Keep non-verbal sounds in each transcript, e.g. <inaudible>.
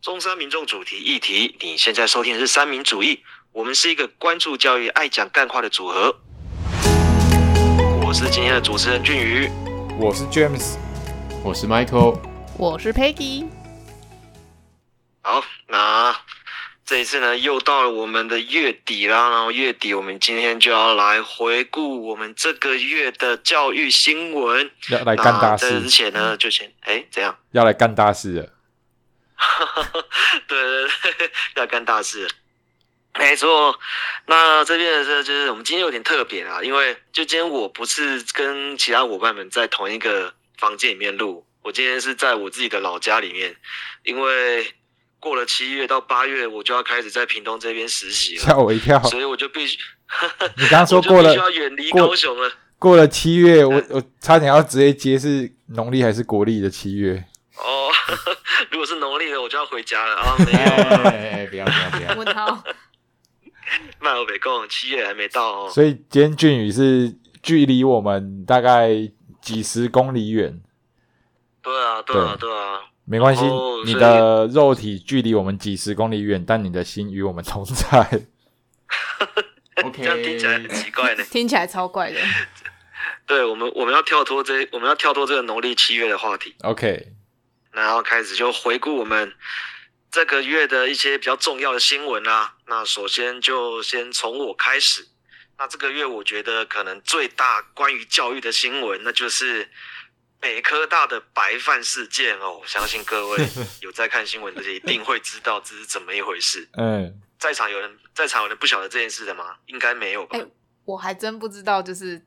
中山民众主题议题，你现在收听的是三民主义，我们是一个关注教育、爱讲干话的组合。我是今天的主持人俊宇。我是 James，我是 Michael，我是 Peggy，好，那这一次呢，又到了我们的月底啦。然后月底，我们今天就要来回顾我们这个月的教育新闻。要来那干大在之事，前呢，就先哎，怎样？要来干大事了。对对对， <laughs> 要干大事了。没错，那这边的是就是我们今天有点特别啊，因为就今天我不是跟其他伙伴们在同一个房间里面录，我今天是在我自己的老家里面，因为过了七月到八月，我就要开始在屏东这边实习吓了，我一跳！所以我就必须，你刚刚说我就过必须了要嗯远离过高雄了。过了七月，我我差点要直接接是农历还是国历的七月，哦， <laughs> 如果是农历的，我就要回家了啊，没哎有，哎哎哎不要不要不要， <laughs> 问号，麦我北贡七月还没到哦。所以今天俊宇是距离我们大概几十公里远，对啊，对啊，对对啊。没关系哦，你所以的肉体距离我们几十公里远，但你的心与我们同 <laughs> 在。这样听起来很 OK，奇怪呢。听起来超怪的。对我们，我们要跳脱这，我们要跳脱这个农历七月的话题， OK，然后开始就回顾我们这个月的一些比较重要的新闻啦、那首先就先从我开始。那这个月我觉得可能最大关于教育的新闻，那就是北科大的白饭事件哦。我相信各位有在看新闻的，一定会知道这是怎么一回事。嗯，在场有人在场有人不晓得这件事的吗？应该没有吧？哎我还真不知道，就是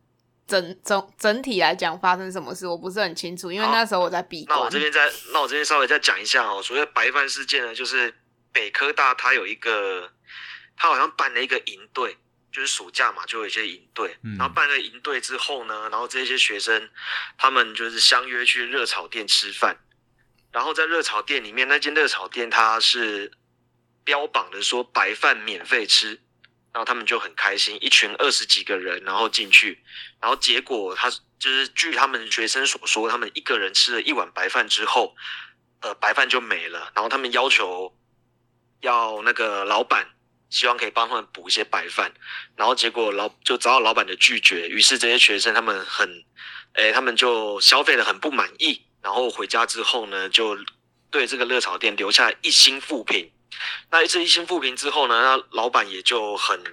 整整整体来讲发生什么事，我不是很清楚，因为好那时候我在闭那关我这。边再，那我这边稍微再讲一下哦。所谓的白饭事件呢，就是北科大它有一个，它好像办了一个营队，就是暑假嘛，就有一些营队。嗯然后办了营队之后呢，然后这些学生他们就是相约去热炒店吃饭，然后在热炒店里面，那间热炒店它是标榜的说白饭免费吃。然后他们就很开心，一群二十几个人，然后进去，然后结果他就是据他们学生所说，他们一个人吃了一碗白饭之后，呃，白饭就没了。然后他们要求要那个老板希望可以帮他们补一些白饭，然后结果老就遭到老板的拒绝，于是这些学生他们很，哎，他们就消费的很不满意，然后回家之后呢，就对这个热炒店留下一星负评。那一次一星负评之后呢，那老板也就很，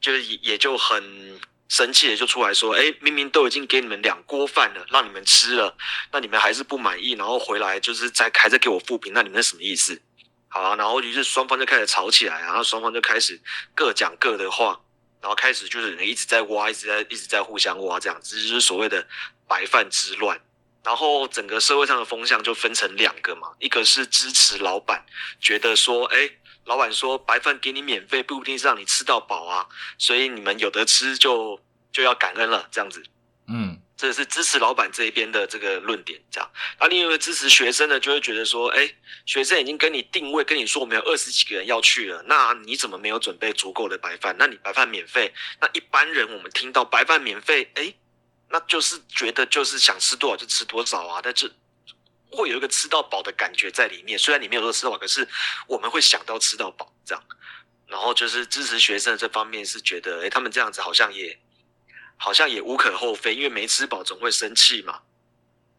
就是也也就很生气，也就出来说，哎，明明都已经给你们两锅饭了，让你们吃了，那你们还是不满意，然后回来就是再还在给我负评，那你们是什么意思？好啊，然后于是双方就开始吵起来啊，然后双方就开始各讲各的话，然后开始就是一直在挖，一直在一直在互相挖，这样子就是所谓的白饭之乱。然后整个社会上的风向就分成两个嘛，一个是支持老板，觉得说，哎，老板说白饭给你免费，不一定是让你吃到饱啊，所以你们有得吃就就要感恩了，这样子。嗯，这是支持老板这一边的这个论点，这样。那另一个支持学生的就会觉得说，哎，学生已经跟你定位，跟你说我们有二十几个人要去了，那你怎么没有准备足够的白饭？那你白饭免费，那一般人我们听到白饭免费，哎，那就是觉得就是想吃多少就吃多少啊，但是会有一个吃到饱的感觉在里面。虽然你没有说吃到饱，可是我们会想到吃到饱这样。然后就是支持学生的这方面是觉得，哎，他们这样子好像也好像也无可厚非，因为没吃饱总会生气嘛。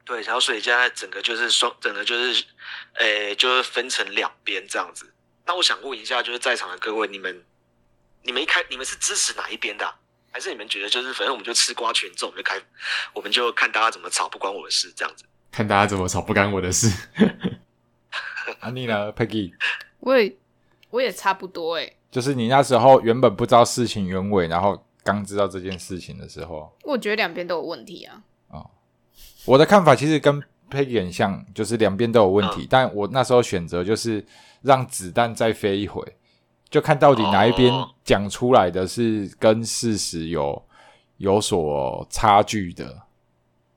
对，然后所以现在整个就是双，整个就是，诶，就是分成两边这样子。那我想问一下，就是在场的各位，你们，你们一开，你们是支持哪一边的啊、还是你们觉得就是反正我们就吃瓜群众，我们就开，我们就看大家怎么吵，不关我的事这样子？看大家怎么吵，不干我的事。啊你呢，Peggy？我也我也差不多哎、就是你那时候原本不知道事情原委，然后刚知道这件事情的时候，我觉得两边都有问题啊。我的看法其实跟 Peggy 很像，就是两边都有问题，嗯但我那时候选择就是让子弹再飞一回，就看到底哪一边哦讲出来的是跟事实有有所差距的。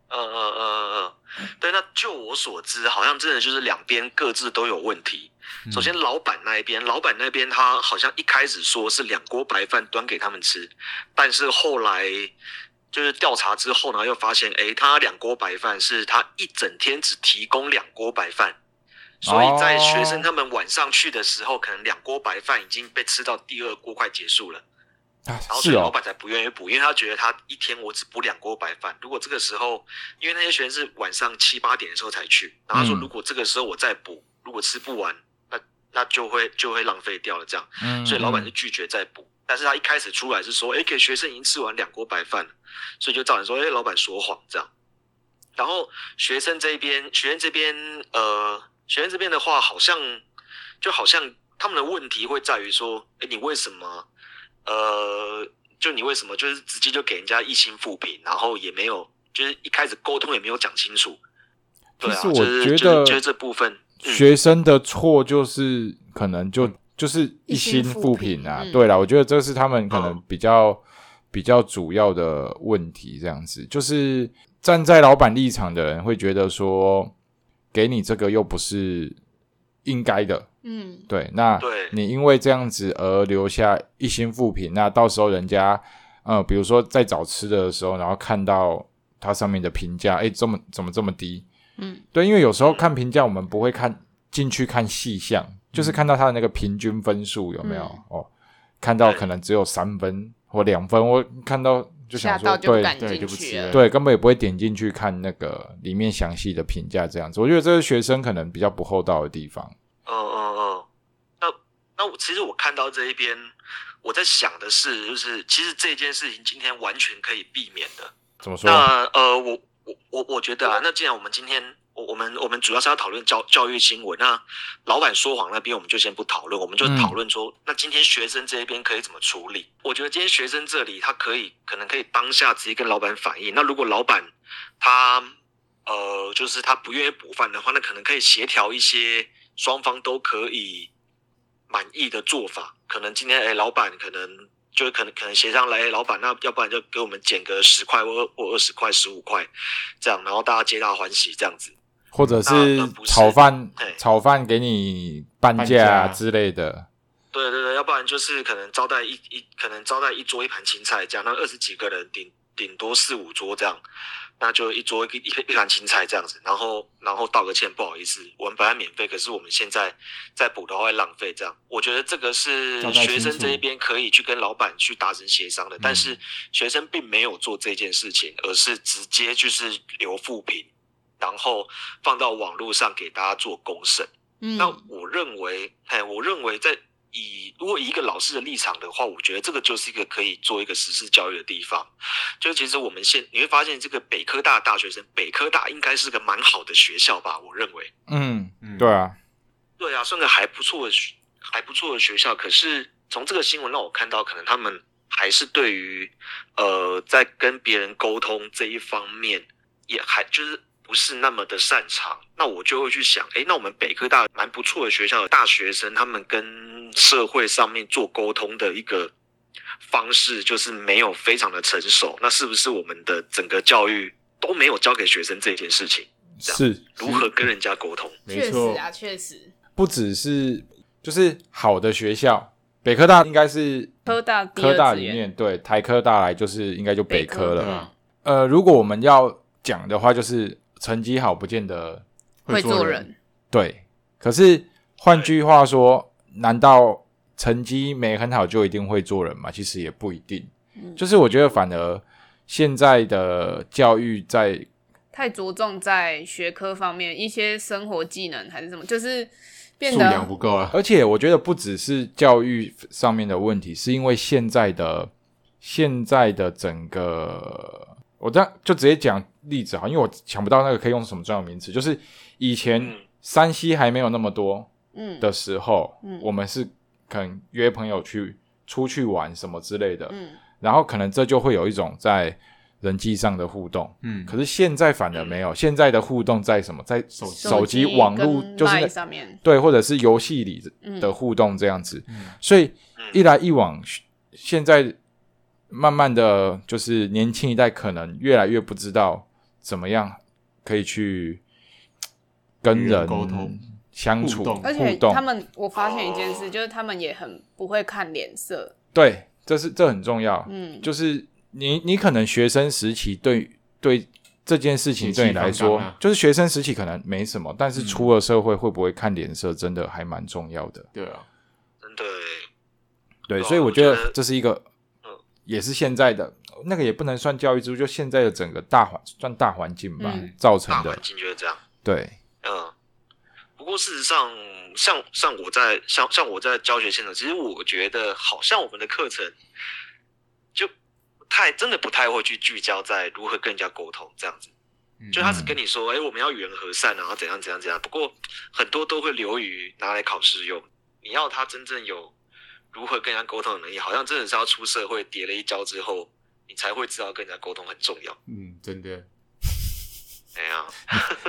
嗯嗯嗯嗯嗯，对。那就我所知，好像真的就是两边各自都有问题。嗯首先，老板那一边，老板那边他好像一开始说是两锅白饭端给他们吃，但是后来就是调查之后呢，又发现，诶，他两锅白饭是他一整天只提供两锅白饭，所以在哦学生他们晚上去的时候，可能两锅白饭已经被吃到第二锅快结束了，啊然后所是以老哦，板才不愿意补，因为他觉得他一天我只补两锅白饭。如果这个时候，因为那些学生是晚上七八点的时候才去，然后他说嗯如果这个时候我再补，如果吃不完，那那就会就会浪费掉了这样。嗯所以老板就嗯拒绝再补。但是他一开始出来是说，哎，给学生已经吃完两锅白饭了，所以就造成说，哎，老板说谎这样。然后学生这边，学生这边，呃，学生这边的话，好像就好像他们的问题会在于说，哎，你为什么，呃，就你为什么就是直接就给人家一心复评，然后也没有，就是一开始沟通也没有讲清楚。对啊，其实我就是觉就是得就是这部分，嗯学生的错就是可能就就是一心复评啊一心复，评嗯对啦，我觉得这是他们可能嗯比较比较主要的问题，这样子就是站在老板立场的人会觉得说，给你这个又不是应该的，嗯，对，那对你因为这样子而留下一星负评，那到时候人家，呃，比如说在找吃的的时候，然后看到它上面的评价，哎，这么怎么这么低？嗯，对，因为有时候看评价，我们不会看进去看细项，就是看到它的那个平均分数有没有、嗯哦，看到对可能只有三分或两分，我看到就吓想说，到就不对敢对进就不去吃了对，根本也不会点进去看那个里面详细的评价这样子。我觉得这是学生可能比较不厚道的地方。哦哦哦，那那我其实我看到这一边，我在想的是，就是其实这件事情今天完全可以避免的。怎么说？那呃，我我我我觉得啊，那既然我们今天我我们我们主要是要讨论教教育新闻，那老板说谎那边我们就先不讨论，我们就嗯讨论说，那今天学生这一边可以怎么处理？我觉得今天学生这里他可以可能可以当下直接跟老板反映，那如果老板他呃就是他不愿意补饭的话，那可能可以协调一些双方都可以满意的做法。可能今天哎，老板可能就可能可能协商来，哎，老板那要不然就给我们减个十块或或二十块、十五块这样，然后大家皆大欢喜这样子。或者那是那不是炒饭对，炒饭给你半半价价之类的。对对对，要不然就是可能招待一一可能招待一桌一盘青菜这样，那二十几个人顶顶多四五桌这样，那就一桌一一一盘青菜这样子，然后然后道个歉，不好意思，我们本来免费，可是我们现在再补的话会浪费这样。我觉得这个是交代清楚学生这一边可以去跟老板去达成协商的，但是学生并没有做这件事情，而是直接就是留负评，然后放到网络上给大家做公审。嗯，那我认为，哎，我认为在以如果以一个老师的立场的话，我觉得这个就是一个可以做一个实施教育的地方。就其实我们现你会发现，这个北科大的大学生，北科大应该是个蛮好的学校吧？我认为，嗯，嗯对啊，对啊，算个还不错的学，还不错的学校。可是从这个新闻让我看到，可能他们还是对于呃在跟别人沟通这一方面，也还就是不是那么的擅长。那我就会去想，诶，那我们北科大蛮不错的学校的大学生，他们跟社会上面做沟通的一个方式，就是没有非常的成熟。那是不是我们的整个教育都没有教给学生这件事情，嗯是如何跟人家沟通？没确错实，啊，确实，不只是就是好的学校，北科大应该是科大第科二大志里愿面对台科大来就是应该就北科北科了。啊呃，如果我们要讲的话，就是成绩好不见得会做人，人，对，可是换句话说，难道成绩没很好就一定会做人吗？其实也不一定。嗯就是我觉得反而现在的教育在太着重在学科方面，一些生活技能还是什么，就是变素养得不够啊了。而且我觉得不只是教育上面的问题，是因为现在的现在的整个，我这样就直接讲例子哈，因为我想不到那个可以用什么专有名词，就是以前嗯山西还没有那么多嗯的时候，嗯我们是可能约朋友去出去玩什么之类的，嗯然后可能这就会有一种在人际上的互动。嗯，可是现在反而没有，现在的互动在什么？在手机手机、网络，跟就是 Line 那上面对，或者是游戏里嗯的互动这样子。嗯所以嗯一来一往，现在慢慢的就是年轻一代可能越来越不知道怎么样可以去跟与人人沟通、相处、互动而嗯互且动他。们，我发现一件事，就是他们也很不会看脸色，对，这是这很重要。嗯，就是你你可能学生时期对对这件事情血气对你来说，方刚啊就是学生时期可能没什么，但是嗯出了社会会不会看脸色，真的还蛮重要的。对啊，真的欸对，对啊所以我我觉觉得得这是一个嗯，也是现在的那个也不能算教育制度，就现在的整个大环算大环境吧、嗯造成大的环。境就是这样。对，嗯，不过事实上，像像我在像像我在教学现场，其实我觉得好像我们的课程就不太真的不太会去聚焦在如何跟人家沟通这样子。就他只跟你说，哎、我们要与人和善啊，然后怎样怎样怎样。不过很多都会流于拿来考试用。你要他真正有如何跟人家沟通的能力，好像真的是要出社会跌了一跤之后，你才会知道跟人家沟通很重要。嗯，真的，哎呀，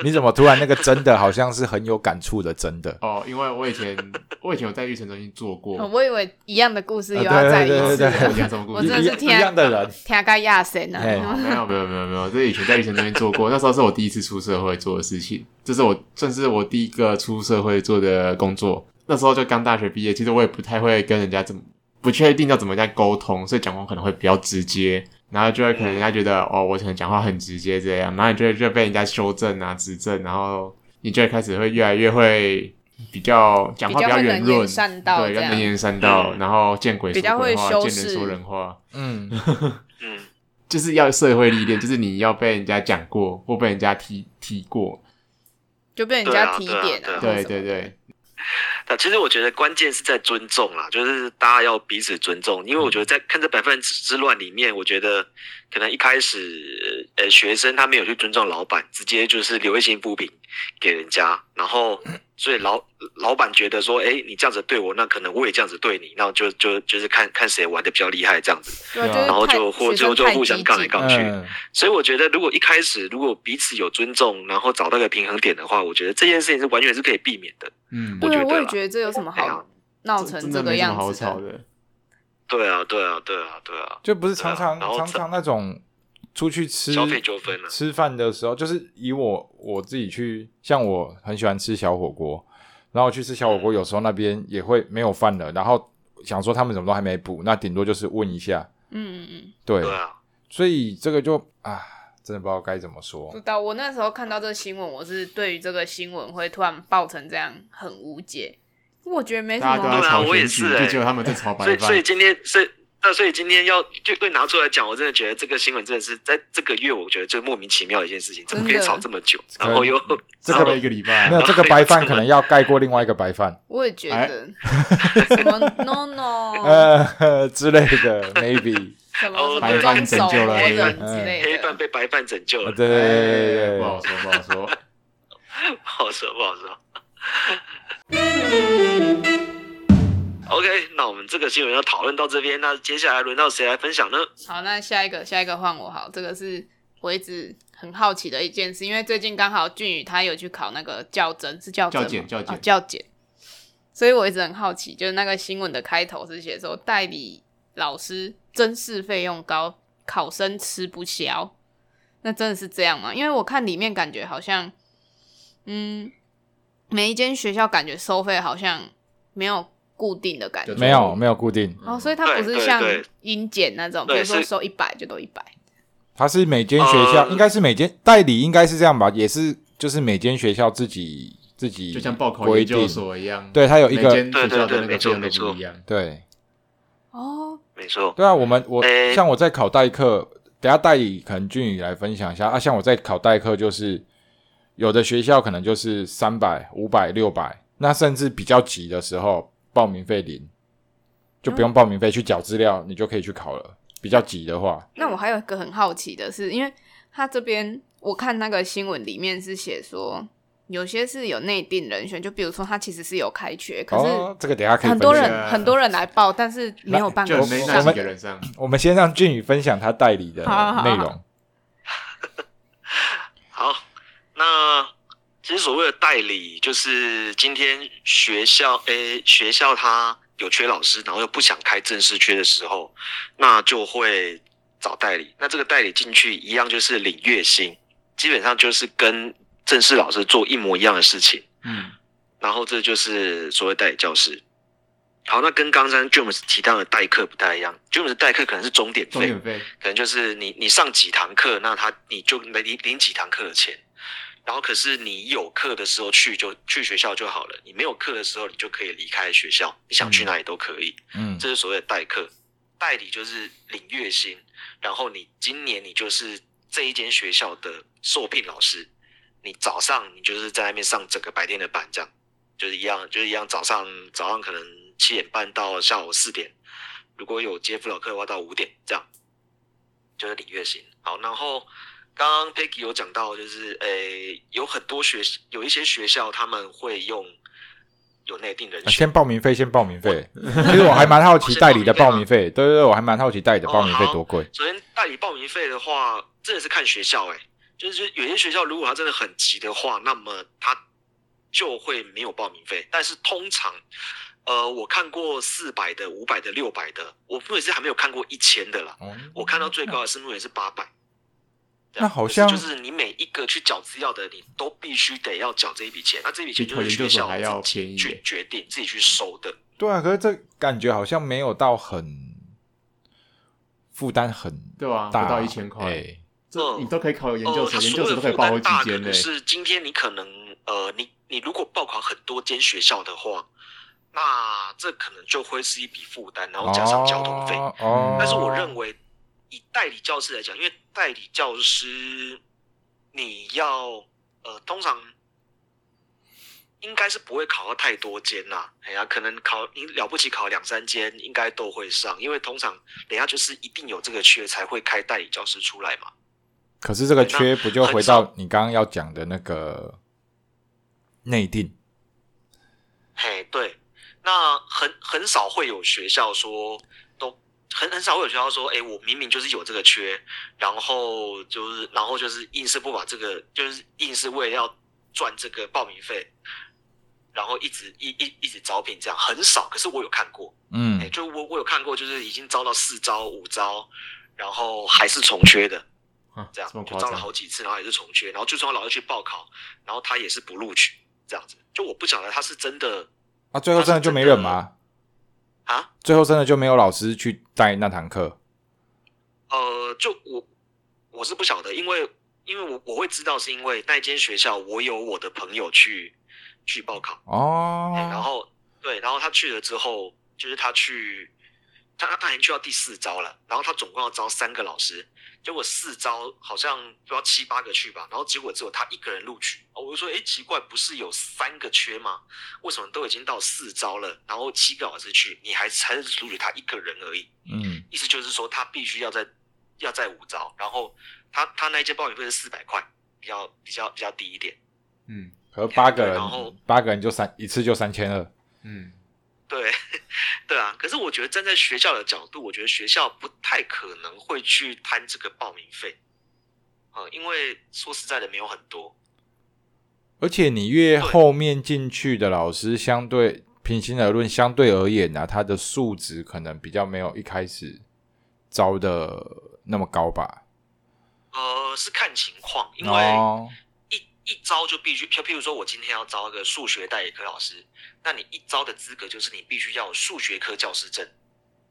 你怎么突然那个真的好像是很有感触的真的？哦，因为我以前我以前有在育成中心做过，哦我以为一样的故事又啊要对再一对次对对了，我讲什么 <laughs> 故我事真？的一是天一样的人，听个亚神啊！哎没有没有没有没有，这以前在以前那边做过， <laughs> 那时候是我第一次出社会做的事情，这是我算是我第一个出社会做的工作。那时候就刚大学毕业，其实我也不太会跟人家怎么，不确定要怎么跟人家沟通，所以讲话可能会比较直接，然后就会可能人家觉得哦，我可能讲话很直接这样，然后你就会就被人家修正啊、指正，然后你就会开始会越来越会比较讲话比较较会圆能言润，善道对，这要样能言善道，嗯然后见鬼比说较会鬼话，见修人饰说人话。嗯，嗯，就是要有社会历练， <laughs> 就是你要被人家讲过或被人家提提过，就被人对家啊提对啊点对啊啊，对对对，那其实我觉得关键是在尊重啦，就是大家要彼此尊重，因为我觉得在看这百分之乱里面，我觉得可能一开始呃学生他没有去尊重老板，直接就是留一些不平给人家，然后所以老老板觉得说，哎，你这样子对我，那可能我也这样子对你，那就就就是看看谁玩的比较厉害这样子，对啊，对啊就是然后太就或学生就就太互相激杠来进杠去。嗯所以我觉得，如果一开始如果彼此有尊重，然后找到一个平衡点的话，我觉得这件事情是完全是可以避免的。嗯，我对，觉得我也啦觉得这有什么哎呀好闹成真这的个没什么样好子吵的？的，对啊，对啊，对啊，对啊。就不是常常、对啊然后常常那种出去吃消费纠纷啊吃饭的时候，就是以我我自己去，像我很喜欢吃小火锅，然后去吃小火嗯锅，有时候那边也会没有饭了，然后想说他们怎么都还没补，那顶多就是问一下，嗯嗯嗯，对，对啊，所以这个就啊，真的不知道该怎么说不，知道。我那时候看到这个新闻，我是对于这个新闻会突然爆成这样很无解。我觉得没什大家都么在对啊吵我也选举，是欸就只有他们在吵所以白所以饭，今天所以那所以今天要就被拿出来讲，我真的觉得这个新闻真的是在这个月，我觉得最莫名其妙的一件事情，怎么可以真的吵这么久，个然后又这吵个了一个礼拜没，有这个白饭可能要盖过另外一个白饭，我也觉哎得什么 no <laughs> no <laughs> 哦呃之类的，maybe，什么哦什么白饭用手拯救了摸黑人人之类黑的饭，被白饭拯救了，对对对对对不对好说不好说，不好说不好说。OK，那我们这个新闻要讨论到这边，那接下来轮到谁来分享呢？好，那下一个，下一个换我好，这个是我一直很好奇的一件事，因为最近刚好俊宇他有去考那个教甄，是教甄吗教检教检哦教检，所以我一直很好奇，就是那个新闻的开头是写说代理老师甄试费用高，考生吃不消，那真的是这样吗？因为我看里面感觉好像，嗯，每一间学校感觉收费好像没有固定的感觉就对，，没有没有固定，嗯哦，所以它对不是对像对英检那种，比对如说是收一百就都一百。它是每间学校，呃应该是每间代理应该是这样吧，也是就是每间学校自己自己就像报考规研究定，所一样，对，它有一每个间学对校对的对那没个错费用都没错不一样，对哦，没错，对啊，我们我、诶像我在考代课，等下代理可能俊宇来分享一下啊，像我在考代课就是有的学校可能就是三百、五百、六百，那甚至比较急的时候报名费零，就不用报名费去缴资料，你就可以去考了。比较急的话，那我还有一个很好奇的是，因为他这边我看那个新闻里面是写说，有些是有内定人选，就比如说他其实是有开缺，可哦是，这个等下可以很多分享人很多人来报，但是没有办就法没我那上们。几个人上，我们先让俊宇分享他代理的好好好内好容。好，那其实所谓的代理，就是今天学校诶、学校它有缺老师，然后又不想开正式缺的时候，那就会找代理。那这个代理进去一样就是领月薪，基本上就是跟正式老师做一模一样的事情。嗯，然后这就是所谓代理教师。好，那跟刚才 James 提到的代课不太一样，James 代课可能是钟点钟费，点费，可能就是你你上几堂课，那他你就没领领几堂课的钱，然后可是你有课的时候去就去学校就好了，你没有课的时候你就可以离开学校，你想去哪里都可以，嗯这是所谓的代课。代理就是领月薪，然后你今年你就是这一间学校的受聘老师，你早上你就是在那边上整个白天的班，这样就是一样，就是一样早上早上可能七点半到下午四点，如果有接辅导课的话到五点这样。就是领月薪。好，然后刚刚 Peggy 有讲到，就是诶、有很多学有一些学校他们会用有内定人啊选，先报名费，先报名费。其实我还蛮好奇代理的报名费，对对对，我还蛮好奇代理的报名费多贵。首先，代理报名费的话，真的是看学校哎、就是有些学校如果他真的很急的话，那么他就会没有报名费。但是通常，呃，我看过四百的、五百的、六百的，我目前是还没有看过一千的啦。哦我看到最高的是目前是八百。啊那好像就是就是你每一个去缴资料的，你都必须得要缴这一笔钱，那这笔钱就是比考研学究所校还要自己便宜耶去决定、自己去收的。对啊，可是这感觉好像没有到很负担很对啊，不大，到一千块，哎这嗯你都可以考研呃，究所，他研所究谓的所都可以负报担好几大间呢可。是今天你可能呃，你你如果报考很多间学校的话，那这可能就会是一笔负担，然后加上交通费。哦哦但是我认为，以代理教师来讲，因为代理教师你要呃，通常应该是不会考到太多间啦。哎呀，可能考你了不起考两三间，应该都会上，因为通常人家就是一定有这个缺才会开代理教师出来嘛。可是这个缺不就回到你刚刚要讲的那个内定？嘿，对，那很很少会有学校说，都很很少会有学校说，哎，我明明就是有这个缺，然后就是然后就是硬是不把这个，就是硬是为了要赚这个报名费，然后一直一一一直招聘这样，很少。可是我有看过，嗯哎，就我我有看过，就是已经招到四招五招，然后还是重缺的，啊这样这么就夸招了张好？几次，然后也是重缺，然后就算我老师去报考，然后他也是不录取，这样子。就我不晓得他是真的。啊，最后真的就没人吗？啊，最后真的就没有老师去带那堂课？呃，就我我是不晓得，因为因为我我会知道，是因为那间学校我有我的朋友去去报考，哦，哎然后对，然后他去了之后，就是他去他他已经去到第四招了，然后他总共要招三个老师，结果四招好像不知道七八个去吧，然后结果只有他一个人录取，哦我就说哎奇怪，不是有三个缺吗？为什么都已经到四招了，然后七个老师去，你还还是录取他一个人而已？嗯意思就是说他必须要在要在五招，然后他他那一届报名费是四百块，比较比较比较低一点。嗯可是八个人然后，八个人就三一次就三千二，嗯，对， <laughs> 对啊。可是我觉得站在学校的角度，我觉得学校不太可能会去摊这个报名费，呃，因为说实在的没有很多。而且你越后面进去的老师，相对平心而论，相对而言呢、啊他的素质可能比较没有一开始招的那么高吧。呃，是看情况，因为哦，一一招就必须，譬譬如说我今天要招一个数学代理科老师，那你一招的资格就是你必须要有数学科教师证，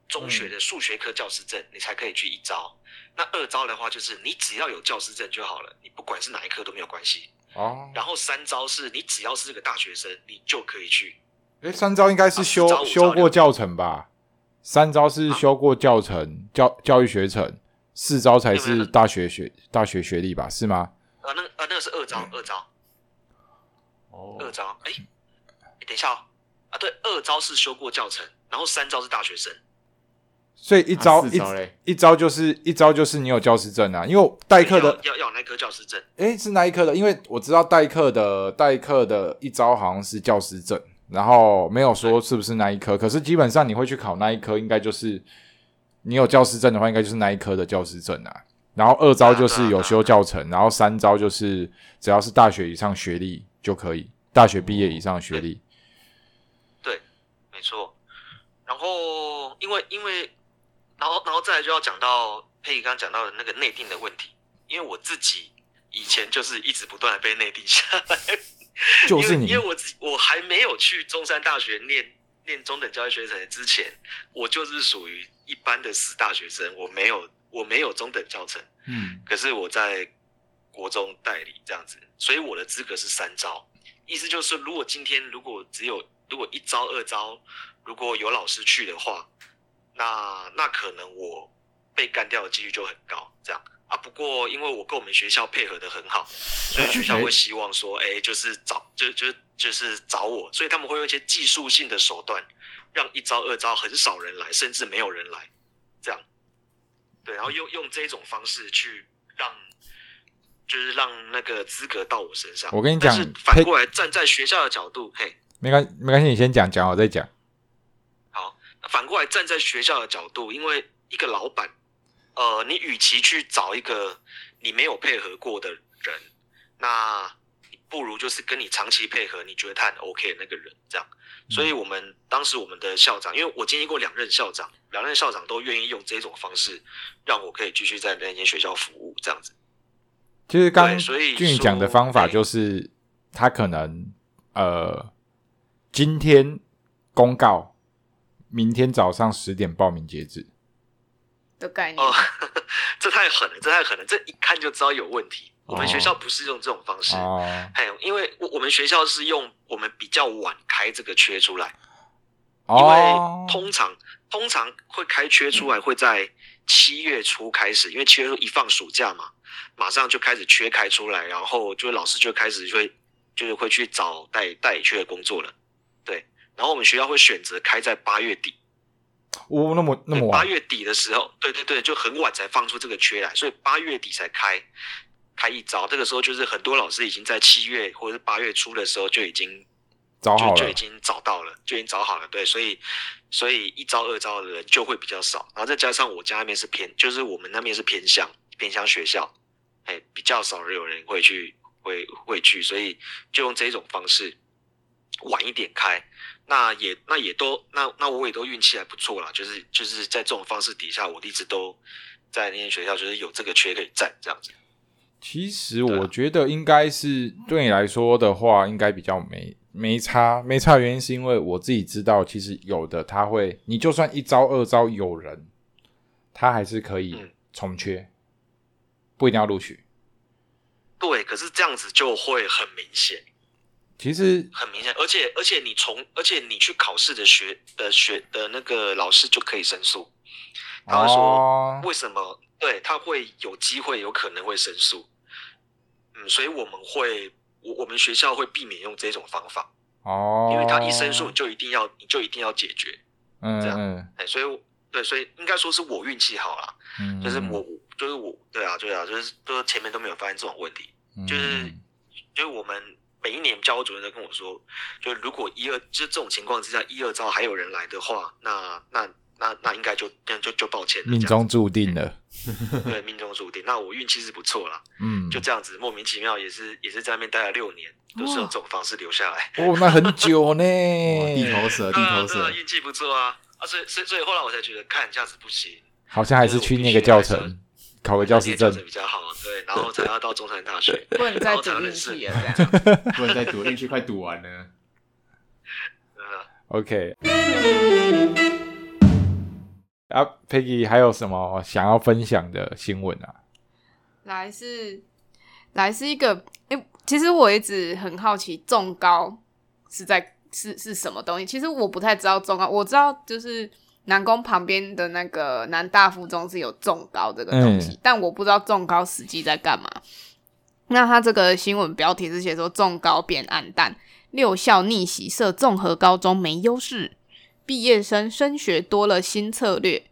中学嗯的数学科教师证，你才可以去一招。那二招的话，就是你只要有教师证就好了，你不管是哪一科都没有关系。哦，然后三招是你只要是个大学生，你就可以去。哎，三招应该是修、啊四招五招修过教程吧？三招是修过教程、教教育学程，四招才没有没是有大学学大学学历吧？是吗？呃，那个呃那个是二嗯招，二招，哦二招。哎，哎等一下哦，啊对，二招是修过教程，然后三招是大学生。所以一招、啊四招嘞，一一招就是一招就是你有教师证啊，因为我代课的要要要有那科教师证。诶，是那一科的，因为我知道代课的代课的一招好像是教师证，然后没有说是不是那一科，可是基本上你会去考那一科，应该就是你有教师证的话，应该就是那一科的教师证啊。然后二招就是有修教程，然后三招就是只要是大学以上学历就可以，大学毕业以上学历。没错。然后因为因为，然后然后再来就要讲到佩仪刚刚讲到的那个内定的问题，因为我自己以前就是一直不断的被内定下来，就是你因为因为我自己我还没有去中山大学念念中等教育学程之前，我就是属于一般的死大学生，我没有我没有中等教程，嗯，可是我在国中代理这样子，所以我的资格是三招。意思就是，如果今天如果只有如果一招二招，如果有老师去的话，那那可能我被干掉的几率就很高。这样啊，不过因为我跟我们学校配合的很好，所以学校会希望说，哎、就是找就就就是找我，所以他们会用一些技术性的手段，让一招二招很少人来，甚至没有人来，这样。对，然后用用这种方式去让，就是让那个资格到我身上。我跟你讲但是反过来站在学校的角度，嘿，没关没关系，你先讲讲，我再讲。反过来站在学校的角度，因为一个老板，呃，你与其去找一个你没有配合过的人，那不如就是跟你长期配合，你觉得他很 OK 的那个人这样。所嗯以我们当时我们的校长，因为我经历过两任校长，两任校长都愿意用这种方式让我可以继续在那间学校服务这样子。其实刚对所以俊宇讲的方法说哎就是，他可能呃，今天公告，明天早上十点报名截止。的概念。哦， <laughs> 这太狠了，这太狠了，这一看就知道有问题。我们哦学校不是用这种方式，哦，哎，因为我我们学校是用我们比较晚开这个缺出来，因哦为，通常通常会开缺出来会在七月初开始，因为七月初一放暑假嘛，马上就开始缺开出来，然后就老师就开始就会就是会去找代代理缺的工作了，对。然后我们学校会选择开在八月底，哦，那么那么对八晚，月底的时候，对对对，就很晚才放出这个缺来，所以八月底才开开一招。这个时候就是很多老师已经在七月或者是八月初的时候就已经找好就就了已。经找到了，就已经找好了。对，所以所以一招二招的人就会比较少，然后再加上我家那边是偏，就是我们那边是偏乡偏乡学校，哎，比较少人有人会去会会去，所以就用这种方式晚一点开。那也那也都那那我也都运气还不错啦，就是就是在这种方式底下，我一直都在那间学校就是有这个缺可以占这样子。其实对啊我觉得应该是对你来说的话，应该比较没没差，没差的原因是因为我自己知道，其实有的他会，你就算一招二招有人，他还是可以嗯重缺，不一定要录取。对，可是这样子就会很明显。其实很明显，而且而且你从而且你去考试的学的学的那个老师就可以申诉，他会说哦，为什么？对他会有机会，有可能会申诉。嗯，所以我们会，我我们学校会避免用这种方法，哦，因为他一申诉，你就一定要你就一定要解决。嗯，这样嗯哎，所以我对，所以应该说是我运气好啦，嗯，就是我就是我对啊对啊，就是就是前面都没有发现这种问题。嗯就是就是我们每一年教务主任都跟我说，就是如果一二就是这种情况之下，一二招还有人来的话，那那那那应该就那就就抱歉了，命这样中注定了，子对命中注定。那我运气是不错啦，嗯，就这样子莫名其妙也是也是在那边待了六年，都是用这种方式留下 <laughs> 来。哦，那很久呢，哇地头蛇，地对啊头对啊，蛇，运气不错啊啊！所以所以所以后来我才觉得，看这样子不行，好像还是去念个教程，考个教师证念，比较好，对，然后才要到中山大学。不能再赌运气了，这样。不能再赌，运气快赌完了。呃 OK。啊，Peggy 还有什么想要分享的新闻啊？来是来是一个，诶、其实我一直很好奇重高是在是是什么东西。其实我不太知道重高，我知道就是南工旁边的那个南大附中是有重高这个东西，嗯但我不知道重高实际在干嘛。那他这个新闻标题是写说重高变暗淡，六校逆袭设综合高中没优势，毕业生升学多了新策略。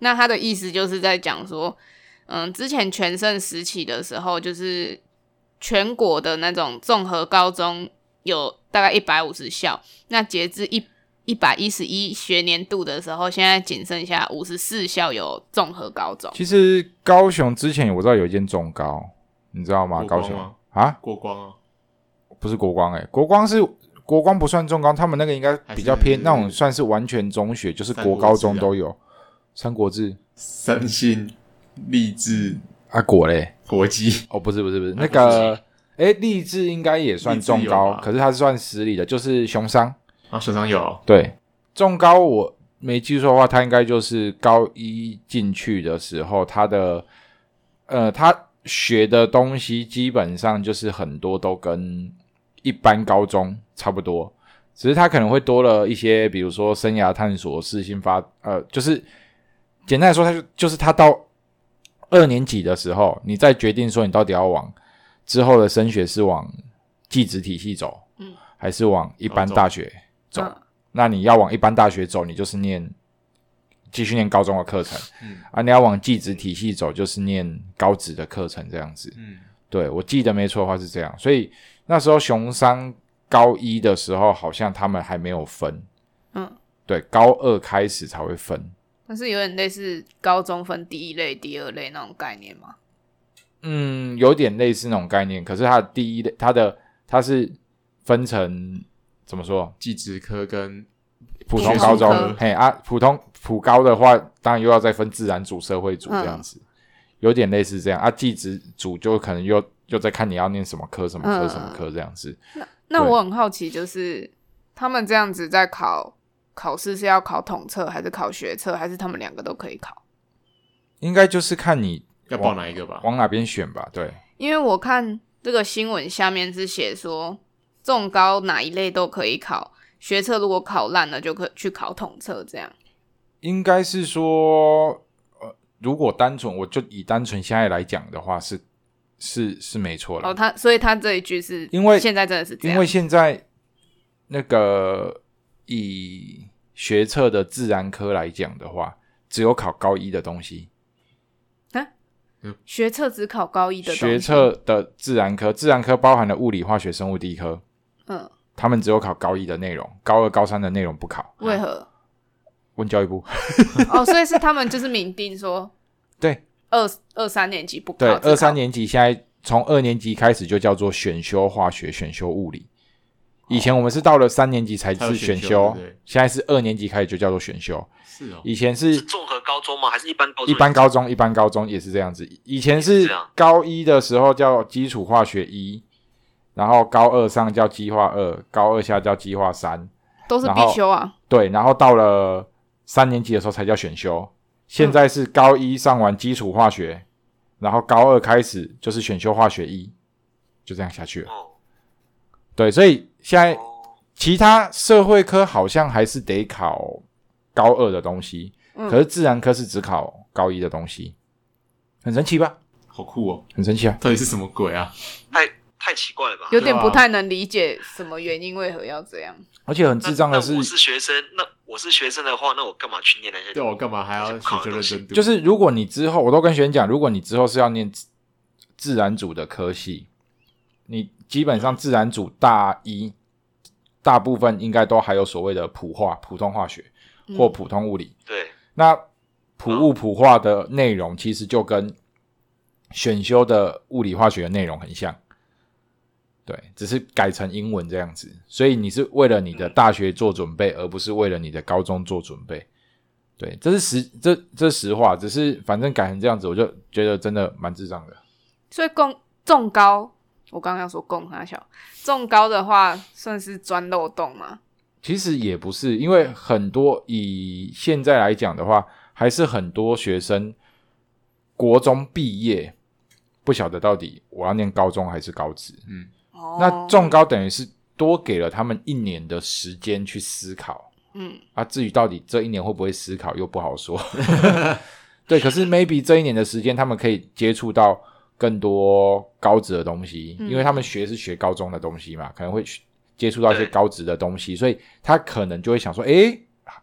那他的意思就是在讲说，嗯，之前全盛时期的时候，就是全国的那种综合高中有大概一百五十校，那截至一一百一十一学年度的时候，现在仅剩下五十四校有综合高中。其实高雄之前我知道有一间中高，你知道吗？国光高雄吗啊，过光哦，不是国光哎、国光是国光不算中高，他们那个应该比较还偏是那种算是完全中学，就是国啊高中都有。三国志三星、励志、啊果嘞？国际，哦，不是不是不是啊那个，哎，励志应该也算中励志有高，吧可是它是算私立的，就是熊商啊，手上有对。中高我没记错的话，他应该就是高一进去的时候，他的呃，他学的东西基本上就是很多都跟一般高中差不多，只是他可能会多了一些，比如说生涯探索、事性发，呃，就是简单来说，他就就是他到二年级的时候，你再决定说你到底要往之后的升学是往技职体系走，嗯，还是往一般高中大学走。嗯那你要往一般大学走，你就是念继续念高中的课程，嗯啊，你要往技职体系走，就是念高职的课程这样子。嗯，对我记得没错的话是这样，所以那时候熊商高一的时候，好像他们还没有分，嗯，对，高二开始才会分。但是有点类似高中分第一类、第二类那种概念嘛。嗯，有点类似那种概念，可是它的第一类，它的它是分成怎么说？技职科跟普通通高中科，嘿啊，普通普高的话，当然又要再分自然组、社会组这嗯样子，有点类似这样啊。技职组就可能又又在看你要念什么科、什么科、嗯什么科这样子。那对我很好奇，就是他们这样子在考考试是要考统测，还是考学测，还是他们两个都可以考？应该就是看你要报哪一个吧？往哪边选吧。对，因为我看这个新闻下面是写说，重高哪一类都可以考，学测如果考烂了就可去考统测这样。应该是说，呃，如果单纯我就以单纯现在来讲的话，是是是没错了。哦，他所以他这一句是因为现在真的是这因样，为现在那个以学测的自然科来讲的话，只有考高一的东西，学测只考高一的东西学测的自然科，自然科包含了物理、化学、生物、地科，嗯，他们只有考高一的内容，高二、高三的内容不考。为何？问教育部，哦，所以是他们就是明定说 <laughs> 对二二三年级不考，对，只考二三年级现在从二年级开始就叫做选修化学、选修物理。以前我们是到了三年级才才有是选选修修对不对，现在是二年级开始就叫做选修。是哦，以前是是综合高中吗？还是一般高中？一般高中，一般高中也是这样子。以前也是是这样高一的时候叫基础化学一，然后高二上叫基化二，高二下叫基化三，都是然必后修啊。对，然后到了三年级的时候才叫选修。现在是高一上完基础化学，然后高二开始就是选修化学一，就这样下去了。哦对，所以现在哦，其他社会科好像还是得考高二的东西，嗯可是自然科是只考高一的东西，很神奇吧？好酷哦！很神奇啊！到底是什么鬼啊？太太奇怪了吧？有点对啊不太能理解什么原因为何要这样。而且很那智障的那是我，是学生，那我是学生的话，那我干嘛去念那些？哦对我干嘛还要选修认真读？就是如果你之后，我都跟学员讲，如果你之后是要念自自然组的科系，你基本上自然组大一大部分应该都还有所谓的普化、普通化学嗯或普通物理。对，那普物普化的内容其实就跟选修的物理化学的内容很像，对，只是改成英文这样子。所以你是为了你的大学做准备，而不是为了你的高中做准备。对，这是实这这实话，只是反正改成这样子，我就觉得真的蛮智障的。所以共重高，我刚刚要说共他小重高的话，算是钻漏洞嘛。其实也不是，因为很多以现在来讲的话，还是很多学生国中毕业，不晓得到底我要念高中还是高职。哦，那重高等于是多给了他们一年的时间去思考嗯啊，至于到底这一年会不会思考，又不好说。 <laughs> 对，可是 maybe 这一年的时间，他们可以接触到更多高职的东西，嗯因为他们学是学高中的东西嘛，可能会去接触到一些对高职的东西，所以他可能就会想说，诶，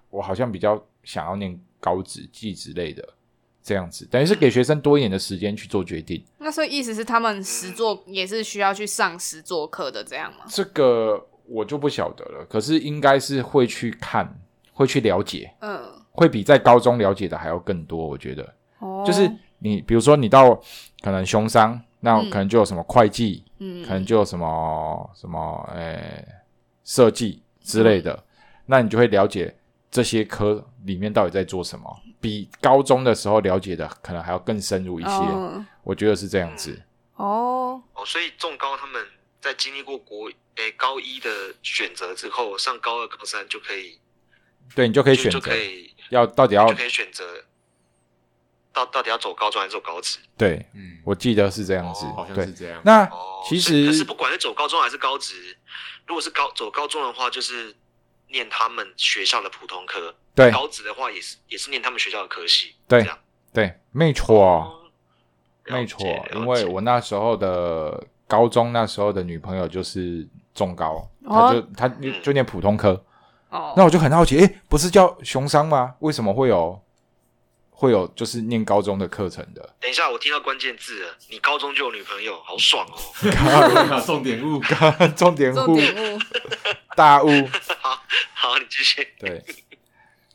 我好像比较想要念高职、技职类的这样子，等于是给学生多一点的时间去做决定。那所以意思是他们实作也是需要去上实作课的这样吗？这个我就不晓得了，可是应该是会去看，会去了解，嗯，会比在高中了解的还要更多。我觉得，哦，就是你比如说你到可能熊商，那嗯可能就有什么会计，嗯可能就有什么什么呃、设计之类的，嗯那你就会了解这些科里面到底在做什么，比高中的时候了解的可能还要更深入一些。哦我觉得是这样子。哦，哦，所以中高他们在经历过国诶、高一的选择之后，上高二、高三就可以对你就可以就选就择可以要到底要就可以选择到到底要走高中还是走高职。对，嗯，我记得是这样子。哦好像对是，这样。那哦，其所以可实是不管是走高中还是高职，如果是高走高中的话，就是念他们学校的普通科；对高职的话也是也是念他们学校的科系。对这样对，没错。哦了没解错，了因为解我那时候的高中那时候的女朋友就是中高，她哦就她就就念普通科，哦，那我就很好奇，诶、不是叫熊商吗？为什么会有会有就是念高中的课程的？ <laughs> 等一下，我听到关键字了，你高中就有女朋友，好爽哦！ <laughs> <laughs> 重点物，重点重户点 <laughs> 物，大屋，好，你继续。对，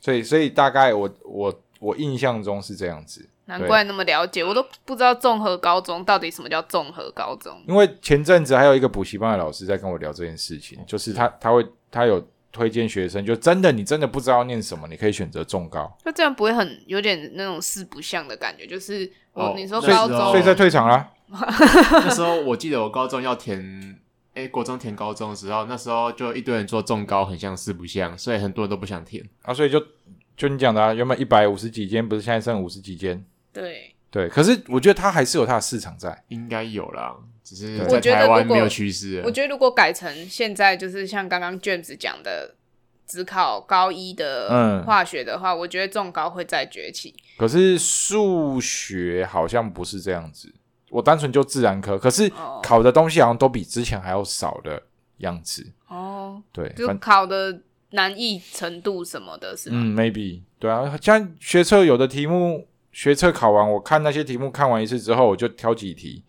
所以所以大概我我我印象中是这样子，难怪那么了解，我都不知道综合高中到底什么叫综合高中。因为前阵子还有一个补习班的老师在跟我聊这件事情，就是哦他他会他有推荐学生，就真的你真的不知道念什么，你可以选择中高。就这样不会很有点那种四不像的感觉，就是我、哦你说那时高候中，所以在退场啦。那时候我记得我高中要填，哎、国中填高中的时候，那时候就一堆人说中高很像四不像，所以很多人都不想填。啊，所以就就你讲的、啊，原本一百五十几间，不是现在剩五十几间？对，对，可是我觉得它还是有它的市场在。应该有啦，只是对在我觉得台湾如果没有趋势了。我觉得如果改成现在就是像刚刚 James 讲的，只考高一的嗯化学的话，我觉得重高会再崛起。可是数学好像不是这样子，我单纯就自然科，可是哦考的东西好像都比之前还要少的样子。哦，对，就反考的难易程度什么的，是吗？嗯，maybe 对啊，像学测有的题目，学测考完，我看那些题目看完一次之后，我就挑几题，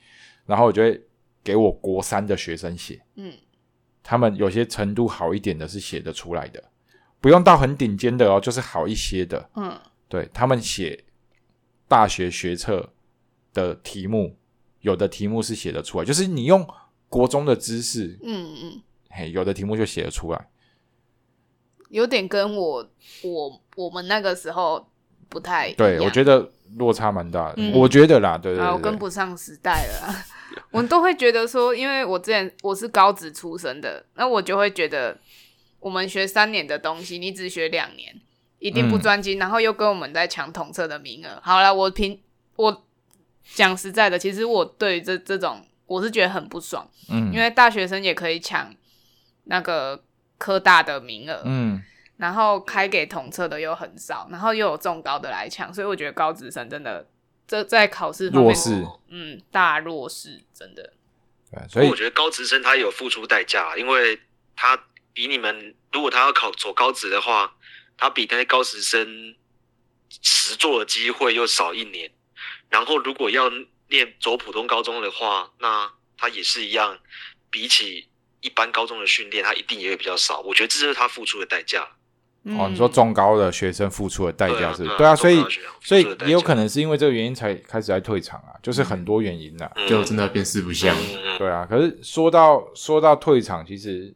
然后我就会给我国三的学生写。嗯，他们有些程度好一点的是写得出来的，不用到很顶尖的哦，就是好一些的。嗯，对他们写大学学测的题目，有的题目是写得出来，就是你用国中的知识，嗯嗯，嘿，有的题目就写得出来。有点跟我我我们那个时候不太一对，我样觉得落差蛮大的，嗯我觉得啦，对对对啊，我对跟不上时代了 <laughs> 啊。我都会觉得说，因为我之前我是高职出身的，那我就会觉得我们学三年的东西，你只学两年，一定不嗯专精，然后又跟我们在抢统测的名额。好了，我平我讲实在的，其实我对于这这种我是觉得很不爽，嗯，因为大学生也可以抢那个科大的名额，嗯，然后开给统测的又很少，然后又有重高的来抢，所以我觉得高职生真的这在考试方弱面势，嗯，大弱势，真的。对，所不过以我觉得高职生他有付出代价，因为他比你们，如果他要考走高职的话，他比那些高职生实做的机会又少一年。然后如果要念走普通高中的话，那他也是一样，比起一般高中的训练，他一定也会比较少。我觉得这就是他付出的代价。哦，嗯你说中高的学生付出的代对价啊是嗯对啊，对啊，中所以高学生付所以出的代也有价可能是因为这个原因才开始在退场啊，就是很多原因啦。嗯就真的变四不像，嗯嗯对啊，可是说到说到退场，其实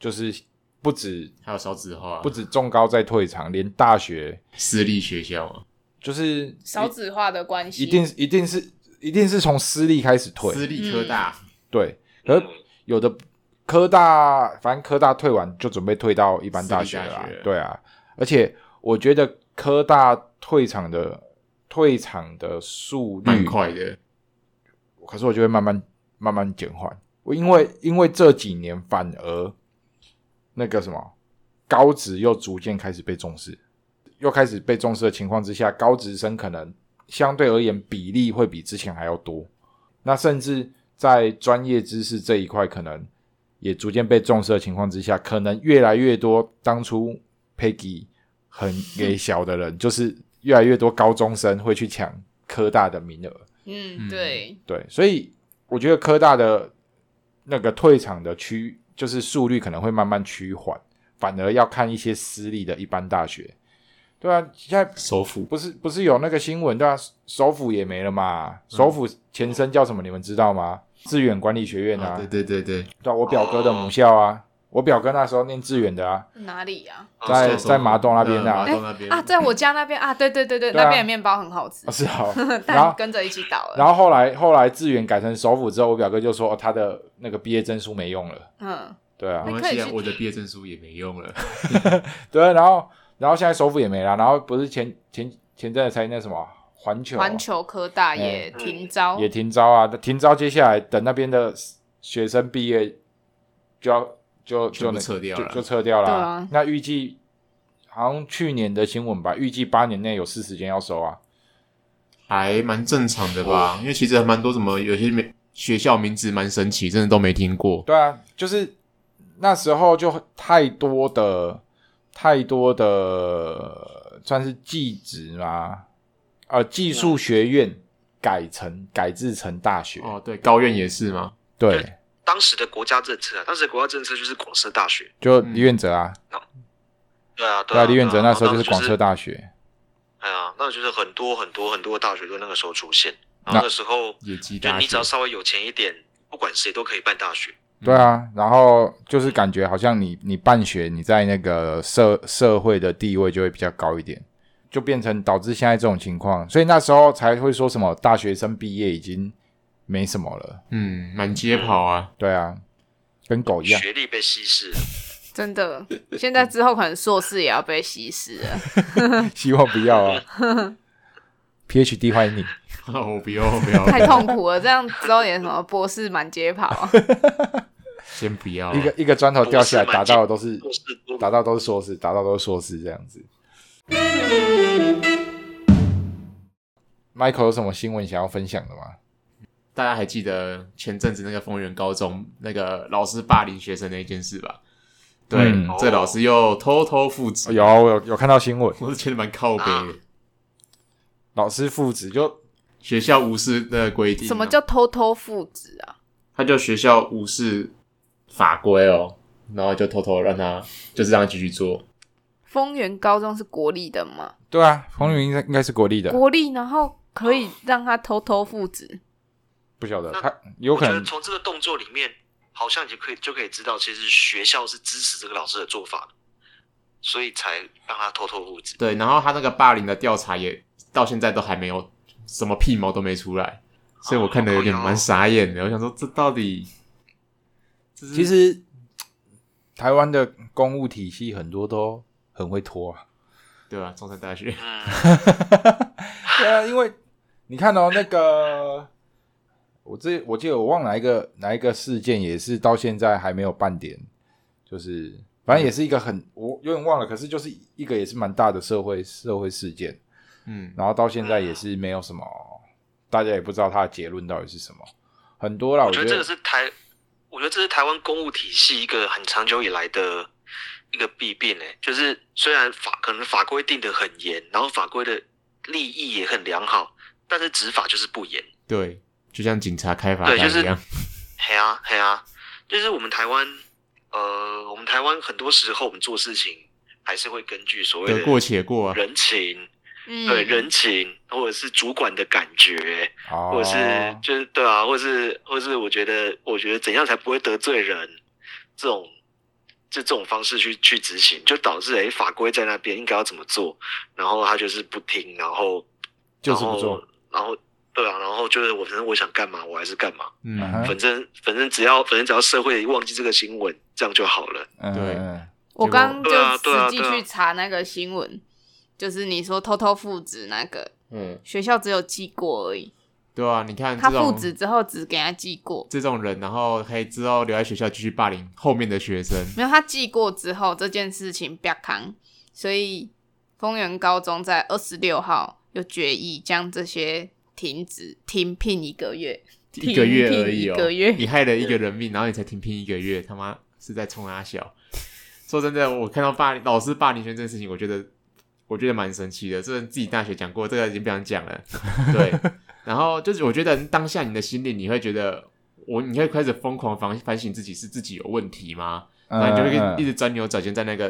就是不止还有少子化，不止中高在退场，连大学私立学校啊，就是少子化的关系，一定一定是一定是从私立开始私退，立科大，嗯对，可是嗯有的科大，反正科大退完就准备退到一般私立大学了大啊学，对啊，而且我觉得科大退场的退场的速蛮率快的。可是我就会慢慢慢慢减缓。我因为因为这几年反而那个什么高职又逐渐开始被重视，又开始被重视的情况之下，高职生可能相对而言比例会比之前还要多。那甚至在专业知识这一块，可能也逐渐被重视的情况之下，可能越来越多当初 Peggy 很给小的人，就是越来越多高中生会去抢科大的名额。嗯，嗯对，对，所以我觉得科大的那个退场的趋，就是速率可能会慢慢趋缓，反而要看一些私立的一般大学。对啊，现在首府不是不是有那个新闻对啊，首府也没了嗯嘛，首府前身叫什么？你们知道吗？致远管理学院啊，啊，对对对对，对啊我表哥的母校啊，我表哥那时候念致远的 <laughs> 啊，哪里呀？哦在首首府在麻豆那边啊嗯麻豆那边啊，在我家那边啊，对对对对，对啊那边的面包很好吃啊，是好，然 <laughs> 但后跟着一起倒然了。后后来后来致远改成首府之后，我表哥就说、哦他的那个毕业证书没用了。嗯，对啊那没，关可以系啊去，我的毕业证书也没用了。对啊，然后然后现在首府也没了，然后不是前前前阵子才那什么环球啊环球科大也嗯停招，哦也停招啊，停招，接下来等那边的学生毕业就要就就全部能撤掉就了就撤掉了、对啊那预计好像去年的新闻吧，预计八年内有四十间要收啊。还蛮正常的哦吧，因为其实还蛮多什么有些名学校名字蛮神奇，真的都没听过。对啊，就是那时候就太多的太多的算是技职嘛，呃，技术学院改成改制成大学，哦，对，高院也是嘛，对，当时的国家政策啊，当时的国家政策就是广设大学。就嗯李远哲啊，对啊，对对啊，啊，李远哲对啊那时候就是广设。然后当时大学，哎呀，那就是很多很多很多的大学都那个时候出现，然那后那个时候野鸡就大你只学要。稍微有钱一点，不管谁都可以办大学。对啊，然后就是感觉好像你你办学，你在那个社社会的地位就会比较高一点，就变成导致现在这种情况，所以那时候才会说什么大学生毕业已经没什么了，嗯，满街跑啊， <laughs> 对啊，跟狗一样，学历被稀释了，真的。现在之后可能硕士也要被稀释了。希望不要啊。PhD 欢迎你，我不要，<laughs> 我不要，太痛苦了，这样之后也什么博士满街 <laughs> 跑，啊先不要一个一个砖头掉下来，博士打满街到的都是硕士多打到都是硕士，打到都是硕士这样子。Michael 有什么新闻想要分享的吗？大家还记得前阵子那个丰原高中那个老师霸凌学生那件事吧？对，嗯哦这老师又偷偷复职，有，我有有看到新闻， <laughs> 我是觉得蛮靠北的。老师复职就学校无视的规定啊，什么叫偷偷复制啊？他就学校无视法规哦，然后就偷偷让他就是让他继续做。丰原高中是国立的吗？对啊，彭宇应该应该是国立的，啊国立，然后可以让他偷偷复制，不晓得那他有我可觉得能从这个动作里面，好像就可以就可以知道，其实学校是支持这个老师的做法的，所以才让他偷偷入职。对，然后他那个霸凌的调查也到现在都还没有什么屁毛都没出来，所以我看的有点蛮傻眼的。我哦想说，这到底这是其实台湾的公务体系很多都很会拖啊。对吧、中山大学嗯， <laughs> 对啊，因为你看哦，那个我这我记得我忘了哪一个哪一个事件，也是到现在还没有半点，就是反正也是一个很我有点忘了，可是就是一个也是蛮大的社会社会事件， <laughs> 嗯，然后到现在也是没有什么，大家也不知道它的结论到底是什么，很多啦，我我觉觉得得这个是台，我觉得这是台湾公务体系一个很长久以来的一个弊病诶、欸就是虽然法可能法规定得很严，然后法规的利益也很良好，但是执法就是不严。对，就像警察开罚对单就是一样，嘿啊，嘿啊，就是我们台湾，呃，我们台湾很多时候我们做事情还是会根据所谓得过的且过啊。人情，嗯，对人情，或者是主管的感觉，哦或者是就是对啊，或是或是我觉得，我觉得怎样才不会得罪人，这种就这种方式去去执行，就导致诶法规在那边应该要怎么做，然后他就是不听，然后就是不做，然后然后对啊，然后就是我反正我想干嘛，我还是干嘛。嗯，嗯哼反正反正只要反正只要社会忘记这个新闻，这样就好了。嗯对嗯我刚就对啊对实啊际对啊去查那个新闻，就是你说偷偷复制那个嗯，学校只有记过而已，对啊，你看他这复种制之后只给他记过，这种人，然后可以之后留在学校继续霸凌后面的学 <laughs> 生，没有他记过之后这件事情不要扛，所以丰原高中在二十六号又决议将这些停止停聘一个月，一个月而已一个哦，月你害了一个人命，然后你才停聘一个月，他妈是在冲阿小。说真的，我看到霸凌老师霸凌学生这件事情，我觉得我觉得蛮神奇的。这自己大学讲过，这个已经不想讲 <laughs> 了。对，然后就是我觉得当下你的心里，你会觉得我你会开始疯狂反反省自己是自己有问题吗？嗯，然后你就嗯会一直钻牛角尖在那个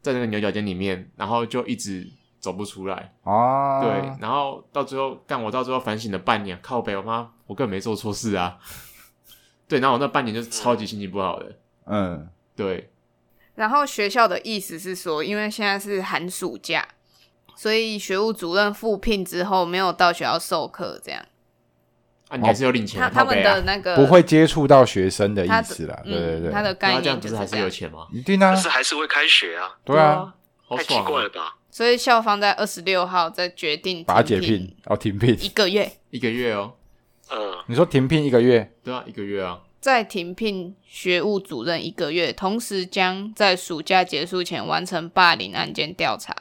在那个牛角尖里面，然后就一直走不出来。啊，对，然后到最后干我到最后反省了半年，靠北，我妈我根本没做错事啊。 <laughs> 对，然后我那半年就是超级心情不好的。嗯对，然后学校的意思是说，因为现在是寒暑假，所以学务主任复聘之后没有到学校授课，这样哦啊，你还是有领钱他他靠们北的啊。那个不会接触到学生的他意的思啦。对对嗯，对，他的概那这样念不就是还是这样有钱吗？一定啊但，是还是会开学啊，对啊，，好太奇爽怪啊了！吧？所以校方在二十六号再决定把它停解聘哦，停聘。一个月，一个月哦，嗯，你说停聘一个月，对啊，一个月啊，再停聘学务主任一个月，同时将在暑假结束前完成霸凌案件调查，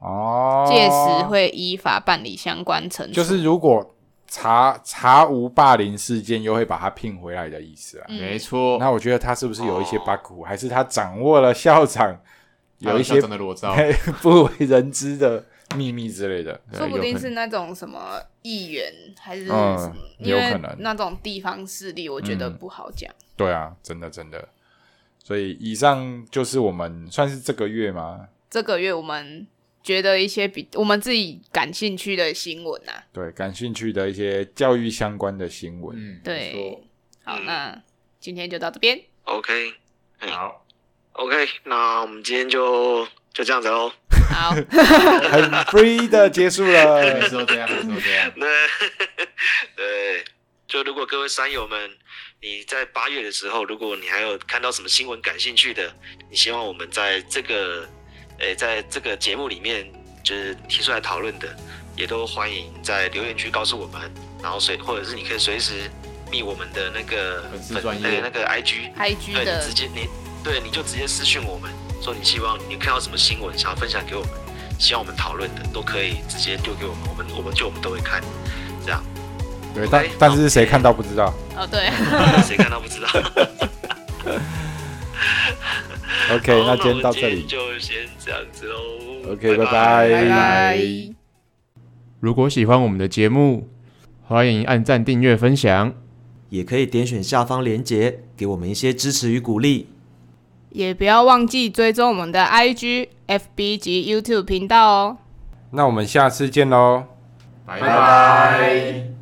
哦，届时会依法办理相关程序。就是如果查查无霸凌事件，又会把他聘回来的意思啊。嗯没错。那我觉得他是不是有一些哦 bug，、还是他掌握了校长还有一校些长的裸照， <laughs> 不为人知的秘密之类的？说不定是有那种什么议员还是什嗯么，因有可为能那种地方势力，我觉得嗯不好讲。对啊，真的真的。所以以上就是我们算是这个月吗？这个月我们觉得一些比我们自己感兴趣的新闻啊，对，感兴趣的一些教育相关的新闻。嗯，没对，好，嗯那今天就到这边， OK 错好， OK，那我们今天就就这样子喽。 <laughs> 好，很 free 的结束 <laughs> 每了。次都这样，每次都这 <laughs> 样。那对，就如果各位山友们，你在八月的时候，如果你还有看到什么新闻感兴趣的，你希望我们在这个，诶，在这个节目里面就是提出来讨论的，也都欢迎在留言区告诉我们，然后随或者是你可以随时密我们的那个粉丝专页对那个 IG， IG 对你的直接你对你就直接私讯我们，说你希望你看到什么新闻想要分享给我们，希望我们讨论的都可以直接丢给我们，我们我们就我们都会看，这样对，但但是谁看到不知道。哦对， <laughs> 谁看到不知道。 OK，好那今天到这我里们今天。就先这样子喽。 OK，拜拜拜拜拜。如果喜欢我们的节目，欢迎按赞、订阅、分享。也可以点选下方链接，给我们一些支持与鼓励。也不要忘记追踪我们的 IG、FB 及 YouTube 频道哦。那我们下次见喽。拜拜。